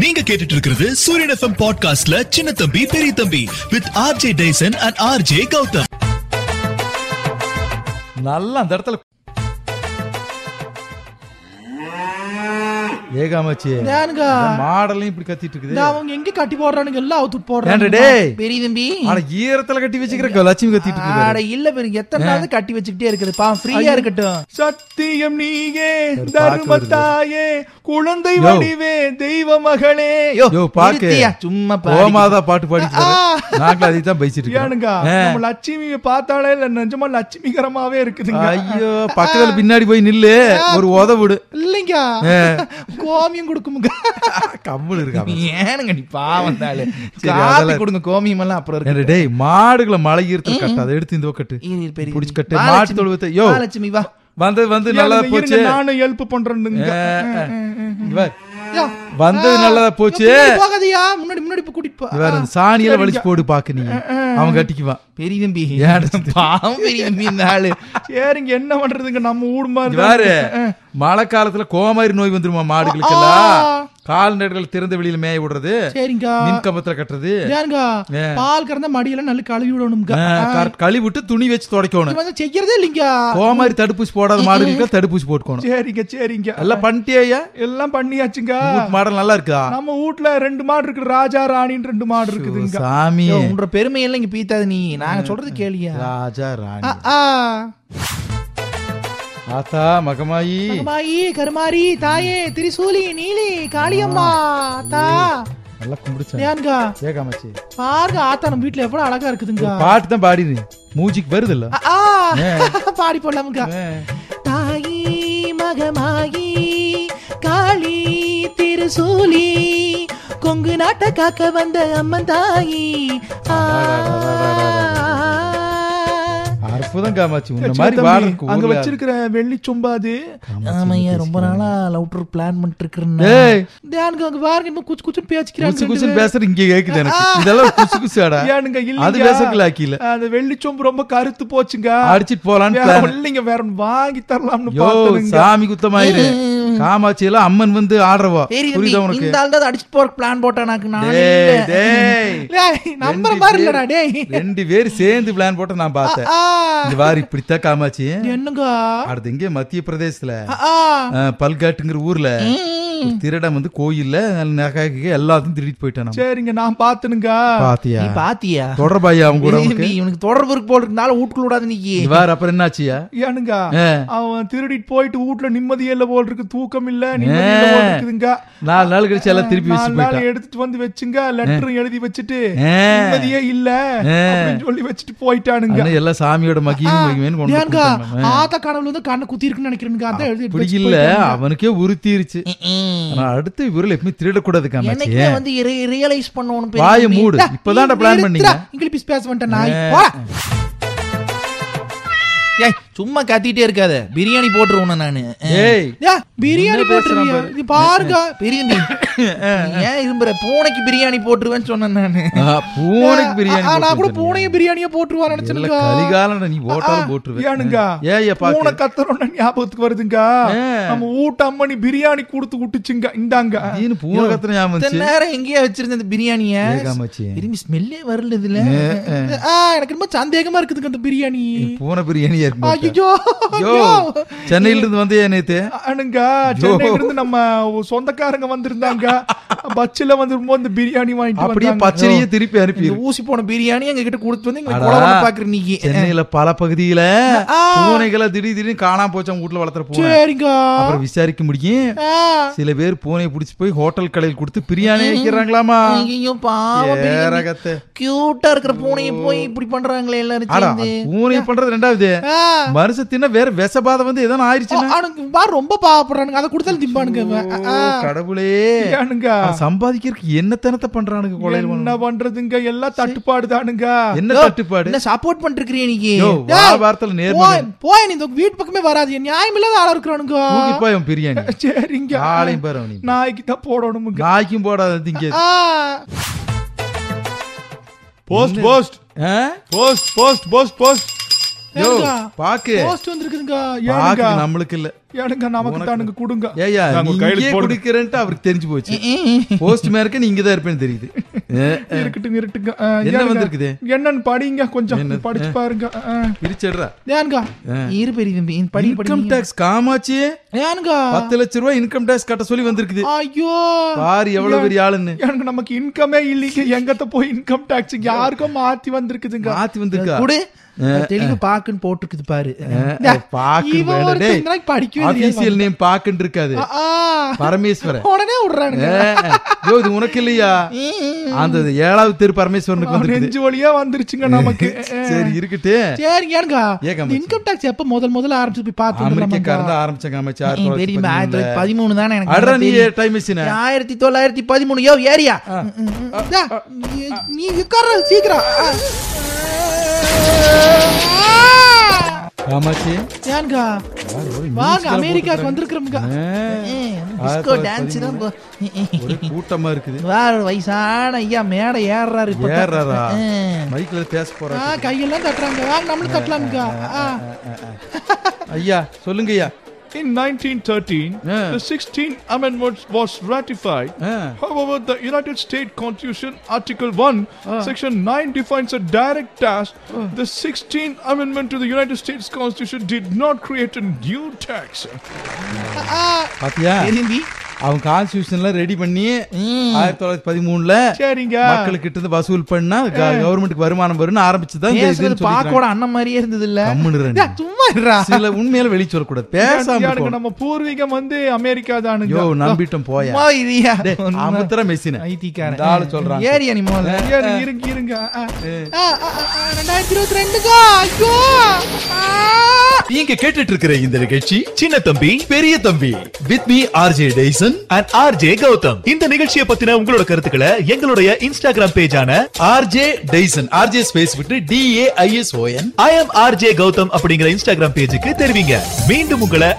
நீங்க கேட்டுட்டு இருக்கிறது சூரியன் எஃப்எம் பாட்காஸ்ட்ல சின்ன தம்பி பெரிய தம்பி with RJ Daison and RJ Gautham நல்லா அந்த இடத்துல ஏகாமச்சி ஏனுங்க மாடலையும் இப்படி கத்திட்டு இருக்குது நான் அவங்க எங்க கட்டி போடுறானுங்க எல்லாம் அவுத்து ஏன்டா டேய்? போடுறாங்க பெரிய தம்பி ஆனா ஈரத்துல கட்டி வச்சுக்கிற லட்சுமி கத்திட்டு ஆட இருக்குது இல்ல பெரிய எத்தனை நாள் கட்டி வச்சுக்கிட்டே இருக்குதுப்பா ஃப்ரீயா இருக்கட்டும் சத்தியம் நீயே பாக்கு தர்மத்தாயே குழந்தை யோ. வடிவே தெய்வ மகளே யோ பாக்கு நிறுத்தியா? சும்மா பாடி. ஓமாதா பாட்டு பாடிட்டு பாரு. நாங்களும் அதை தான் பேசிட்டு ஏனுங்க இருக்கோம் ஆ. நம்ம லட்சுமியை பார்த்தாலே இல்ல நிஜமா லட்சுமிகரமாவே இருக்குதுங்க ஐயோ பக்கத்துல பின்னாடி போய் நில்லு ஒரு உதவுடு இல்லைங்க ஆ. கோமியம் கொடுக்குமுங்க கம்மல் இருக்காங்க ஏனுங்க நீ பாவம் தாளு சரி, காப்பி அதெல்லாம் கொடுங்க கோமியம் எல்லாம் அப்புறம் இருக்கு ஏன்டா டேய் மாடுகளை மலை ஈரத்துல கட்டு அதை எடுத்து இந்த கட்டு இரு, இரு, பெரிய புடிச்சு தம்பி. கட்டு வா, மாட்டு லட்சுமி. தொழுவத்தை யோ வா, லட்சுமி வா வந்து வந்து நல்லா ஏனுங்க, இருங்க, போச்சு நானும் ஹெல்ப் பண்றேனுங்க ஆ, ஆ. இங்க பாரு. யா. வந்தது ஆ, நல்லதா யோ, போச்சு. பின்னாடி போகாதயா முன்னாடி முன்னாடி இப்ப கூட்டிட்டு போ வேற ஆ, இந்த சாணியில வலிச்சு போடு பாக்கு நீ அவன் கட்டிக்குவான் பெரிய தம்பி ஏன்டா சித்தி? பாவம் பெரிய தம்பி இந்த ஆளு சரிங்க என்ன பண்றதுங்க நம்ம ஊர் இங்க மாதிரி பாரு தான். மழை காலத்துல கோமாரி நோய் வந்துருமா மாடுகளுக்கு எல்லாம் கால்நடைகள் திறந்த வெளியில மேய விடுறது சரிங்க மின் கம்பத்துல கட்டுறது ஏனுங்க பால் கறந்த மடியெல்லாம் நல்லா கழுவி விடணும்ங்க ஆ, கர- கழி விட்டு துணி வச்சு இது துடைக்கணும் வந்து செய்யறதே இல்லைங்க கோமாரி தடுப்பூசி போடாத மாடுகளுக்கு தடுப்பூசி போட்டுக்கணும் சரிங்க சரிங்க எல்லாம் பண்ணிட்டியா எல்லாம் பண்ணியாச்சுங்க மாடல் நல்லா இருக்குதா நம்ம வீட்ல ரெண்டு மாடு இருக்கு ராஜா ராணின்னு ரெண்டு மாடு இருக்குதுங்க சாமி ஐயோ, உன்ற பெருமை எல்லாம் இங்க பீத்தாது நீ நாங்க சொல்றது கேளியா ராஜா ராணி ஆ, ஆ. ஆத்தா மகமாயி கருமாயி கருமாரி தாயே திரிசூலி நீலி காளியம்மா தா நல்லா கும்பிடுச்சேன் ஏனுங்க ஏகாமச்சி பாருங்க ஆத்தா நம்ம வீட்டுல எவ்வளவு அழகா இருக்குதுங்க பாட்டு தான் பாடி மூஜிக்கு வருது இல்ல ஆ, ஆ. பாடி போடலாமுங்க தாயி மகமாயி காளி திருசூலி கொங்கு நாட்ட காக்க வந்த அம்மன் தாயி ஆ. அற்புதம் காமாச்சி உன்ன மாதிரி தம்பி, வாழறதுக்கு அங்க ஊர்ல யாரு- வச்சிருக்கிற வெள்ளி சொம்பாது ஆமாய்யா ரொம்ப நாளா லவுட்டர் பிளான் பண்ணிட்டு டேய், இருக்கிறேன் தேனுக்கு அங்க பாருங்க இன்னும் குச்சு குச்சுன்னு குசு குசுன்னு பேச்சுக்கிறாங்க பேசுறது இங்க கேக்குது எனக்கு இதெல்லாம் குசு குசுடா ஏனுங்க அது இல்லைங்க பேசக்கல ஆக்கில அந்த வெள்ளி சொம்பு ரொம்ப கருத்து போச்சுங்க அடிச்சிட்டு போலான்னு வேற plan. இல்லைங்க வேற ஒண்ணு வாங்கி தரலாம்னு யோ பார்த்தேனுங்க சாமி குத்தமாயிரு காமாட்சி எல்லாம் அம்மன் வந்து ஆடுறவா சரி தம்பி, புரியுதா உனக்கு இந்த ஆள் தான் அடிச்சிட்டு போற பிளான் போட்டானாக்கு நான் டேய் டேய் நம்புற ரெண்டு மாதிரி பேர்- இல்லடா டேய் ரெண்டு பேரும் சேர்ந்து பிளான் போட்டு நான் பார்த்தேன் ஆ, இந்த வாரி இப்படித்தான் காமாட்சி என்னங்க அடுத்து இங்க மத்திய பிரதேசத்துல ஆ, ஆ. அஹ், பல்காட்டுங்கிற ஊர்ல ம். ஒரு திருடன் வந்து கோயில்ல நகை கிகை எல்லாத்தையும் திருடிட்டு போயிட்டான் நம்ம. சரிங்க நான் பாத்துனுங்க பாத்தியா நீ பாத்தியா தொடர்பாயா அவங்க கூட பெரிய உனக்கு தம்பி, இவனுக்கு தொடர்பு இருக்கு போல இருந்தாலும் வீட்டுக்குள்ள விடாத நீ இது வேற அப்புறம் என்னாச்சியா ஏனுங்க ஆ. அவன் திருடிட்டு போயிட்டு வீட்டுல நிம்மதியே இல்ல போல் இருக்கு தூக்கம் இல்ல நிம்மதியே இல்ல போல் இருக்குதுங்க நாலு நாள் கழிச்சு எல்லாம் திருப்பி நாலு வச்சு நாள் போயிட்டான் எடுத்துட்டு வந்து வச்சுங்க லெட்டரும் எழுதி வச்சுட்டு ஆ. நிம்மதியே இல்ல ஆ. அப்படின்னு சொல்லி வச்சுட்டு போயிட்டானுங்க அண்ணன் எல்லாம் சாமியோட மகியும் மகிமேன்னு கொண்டு வந்து ஏங்க கொடுத்தாங்க. ஆத்தா கனவுல வந்து கண்ணை குத்தி இருக்குன்னு நினைக்கிறேனுங்க அதான் எழுதி அப்படி எடுத்து இல்ல போயிட்டாங்க. அவனுக்கே உருத்திருச்சு ம். ஆனா அடுத்து இவரில் எப்பவுமே திருடக்கூடாது காமாச்சி என்னைக்குமே வந்து ரியலைஸ் பண்ணணும் பெரிய வாயை தம்பி. மூடு. டா, இப்பதான்டா நீ plan நிறுத்துடா. பண்ணீங்க. இங்கிலீஷ் பேச வந்துட்டேன் நாய் போடா. ஏய் சும்மா கத்திட்டே இருக்காத பிரியாணி போட்டுருவேன் நானு ஏய் ஏய், பிரியாணி என்ன பேசுறான் போட்டுருவியா பாரு. இது பாருங்க பெரிய தம்பி. நீ ஏன் இரும்புற பூனைக்கு பிரியாணி போட்டுருவேன்னு சொன்னேன் நானு ஆ, பூனைக்கு பிரியாணி ஆ, நான் கூட போட்டு பூனைய பிரியாணியா போட்டுருவான்னு தரேன். எல்லாம் நினைச்சேனுங்க கலிகாலம் நீ ஓட்டாலும் ஏனுங்க போட்டுருவேன் ஏய் ஏப்பா பூனை கத்துறோம்னு ஞாபகத்துக்கு வருதுங்க ஆ. நம்ம வீட்டு அம்மனி பிரியாணி கொடுத்து விட்டுச்சுங்க இந்தாங்க நீனு பூனை கத்தனை ஞாபகம் இத்தனை வந்துச்சு நேரம் எங்கேயா வச்சிருந்த இந்த பிரியாணிய ஏய் காமாட்சி திரும்பி ஸ்மெல்லே வரல இதுல ஆ, எனக்கு ரொம்ப சந்தேகமா இருக்குதுங்க அந்த பிரியாணி பூனை பிரியாணியா இருக்கு ஐயோ யோ சென்னையில இருந்து வந்தே நேத்து அனுங்க சென்னையில இருந்து நம்ம சொந்தக்காரங்க வந்திருந்தாங்க பஸ்ல வந்திருக்கும்போது இந்த பிரியாணி வாங்கிட்டு அப்படியே வந்தாங்க பச்சரியே திருப்பி அனுப்பி இந்த ஊசி போன பிரியாணி எங்க கிட்ட கொடுத்து வந்து எங்களை அடா. கொலை பண்ண பாக்குற நீக்கி சென்னையில பல பகுதியில ஆ. பூனைகளை திடீர் திடீர்னு காணாம போச்சு அவங்க வீட்டுல வளர்த்துற பூனை சரிங்க அப்புறம் விசாரிக்க முடியும் ஆ. சில பேர் பூனையை பிடிச்சி போய் ஹோட்டல் கடையில் கொடுத்து பிரியாணி வைக்கிறாங்களாமா ஐயையோ, பாவம் பெரிய ஏரகத்தை. கியூட்டா இருக்கிற பூனைய போய் இப்படி பண்றாங்களே எல்லாரும் ஆடா சேர்ந்து அது பூனை பண்றது ரெண்டாவது ஆ. மனுஷ தின்ன வேற விஷபாதை வந்து எதனா ஆ, ஆயிடுச்சுன்னா அவனுக்கு பாரு ரொம்ப பாவப்படுறானுங்க அதை கொடுத்தாலும் திம்பானுங்க இவன். ஆ. கடவுளே ஏனுங்க அவன் சம்பாதிக்கிறதுக்கு என்ன தினத்தை பண்றானுங்க கொலையில என்ன பண்றதுங்க எல்லாம் தட்டுப்பாடுதானுங்க என்ன தட்டுப்பாடு என்ன சப்போர்ட் பண்ணிருக்கிறிய நீக்கி யோ, வா வார்த்தையில நேர்மறை. போய் நீ இந்த வீட்டு பக்கமே வராது நியாயம் இல்லாத ஆளா இருக்கிறானுங்க தூக்கிட்டு போய் அவன் பிரியாணி சரிங்க ஆளையும் பாரு அவனையும் நாய்க்கு தான் போடணுமுங்க நாய்க்கும் போடாத திங்க ஆ. Post post post post post post யோ, ஏனுங்க? பாக்கு. post வந்திருக்குதுங்க. ஏனுங்க? பாக்கு நமக்கு இல்ல ஏனுங்க, நமக்கு தானுங்க கொடுங்க. ஏய்யா நாங்க நீ உங்க கையில இங்கேயே போடுங்க. குடிக்கிறேன்ட்டு அவருக்கு தெரிஞ்சு போச்சு போஸ்ட் மேற்கு நீங்க தான் இருப்பேன்னு தெரியுது ஏ, ஏ, இருக்கட்டும், இருக்கட்டும். அஹ், என்ன ஏனுங்க? வந்திருக்குது? என்னன்னு படிங்க கொஞ்சம் படிச்சு பாருங்க அஹ். பிரிச்சிடுறா ஏனுங்க? இரு பெரிய தம்பி இந்த படி படி இன்கம் டாக்ஸ் காமாச்சு ஏனுங்க? பத்து லட்ச ரூபாய் இன்கம் டாக்ஸ் கட்ட சொல்லி வந்திருக்குது ஐயோ பாரு எவ்வளவு பெரிய ஆளுன்னு எனக்கு நமக்கு இன்கமே இல்லைங்க எங்கத்த போய் இன்கம் டாக்ஸ் யாருக்கும் மாத்தி வந்திருக்குதுங்க மாத்தி வந்திருக்கா கொடு தெளிவு பாக்குன்னு போட்டுருக்குது பாரு பாக்கு இவன் வேணும் ஒருத்தன் இந்த நாளைக்கு படிக்கவே இல்லையா ஆபீசியல் நேம் பாக்குன்னு இருக்காது ஆ, பரமேஸ்வரன் உடனே விடுறானுங்க ஏ, யோ, இது உனக்கு இல்லையா அந்த ஏழாவது தெரு பரமேஸ்வரனுக்கு வந்திருக்குது நெஞ்சு வழியா வந்துருச்சுங்க நமக்கு சரி இருக்கட்டு சரி ஏனுங்க ஏங்க, இன்கம் டாக்ஸ் எப்ப முதல் முதல்ல ஆரம்பிச்சு போய் பார்த்து அமெரிக்காரன் தான் ஆரம்பிச்சாங்க அமைச்சா ஏய், பெரிய தம்பி, ஆயிரத்தி தொள்ளாயிரத்தி பதிமூணு தானே எனக்கு அடா நல்லா நீ தெரியும். டைம் மிஷினா ஆயிரத்தி தொள்ளாயிரத்தி பதிமூணு யோ ஏரியா இந்தா, நீ- நீ உட்கார சீக்கிரம் ஆ. காமாட்சி ஏனுங்க வாங்க அமெரிக்காக்கு வந்திருக்கிறோம்ங்க ஏய், disco dance தான் போ. ஒரே கூட்டமா இருக்குது வார் வயசான ஐயா மேடை ஏறாரு ஏறாரா ஏய். மைக்ல பேச போறா ஆ, கையெல்லாம் தட்டுறாங்க வாங்க நம்மளும் தட்டலாம்ங்க ஆ ஐயா சொல்லுங்க ஐயா In 1913, Yeah. the 16th Amendment was ratified. Yeah. However, the United States Constitution, Article 1, Ah. Section 9 defines a direct tax. The 16th Amendment to the United States Constitution did not create a new tax. பாத்தியா திரும்பி அவன் constitution எல்லாம் ready பண்ணி ஆயிரத்தி தொள்ளாயிரத்தி பதிமூணுல சரிங்க. மக்களுக்கு இருந்து வசூல் பண்ணா கவர்மெண்ட்க்கு வருமானம் வரும்னு ஆரம்பிச்சுதான் இந்த பேசுறது இதுன்னு சொல்லிக்கிறாங்க. பாக்கோட அண்ணன் மாதிரியே இருந்தது இல்ல கம்முனு இரு. ஏய், சும்மா இருடா சில உண்மையில வெளியே சொல்லக்கூடாது பேசாம யாருங்க இருக்கணும். நம்ம பூர்வீகம் வந்து அமெரிக்கா யோ தானுங்க நம்பிட்டோம் போயா சும்மா இரியா அமுத்திர மெஷின் இந்த ஆளு ஐடிக்காரன் சொல்றான் ஏரியா நீ முதல்ல ஏறு, Eh, இருங்க இருங்க ஆ, ஆ. ரெண்டாயிரத்தி இருபத்தி ரெண்டுக்கா ஐயோ ஆ! நீங்க கேட்டுட்டு இருக்கிற இந்த நிகழ்ச்சி சின்ன தம்பி பெரிய தம்பி with me RJ Daison and RJ Gautham இந்த நிகழ்ச்சியை பத்தின உங்களோட கருத்துக்களை எங்களுடைய இன்ஸ்டாகிராம் பேஜான ஆர்ஜே டேசன் ஆர்ஜே ஸ்பேஸ் விட்டு D A I S O N I M RJ Gautham அப்படிங்கிற இன்ஸ்டாகிராம் பேஜுக்கு தெரிவிங்க மீண்டும் உங்களை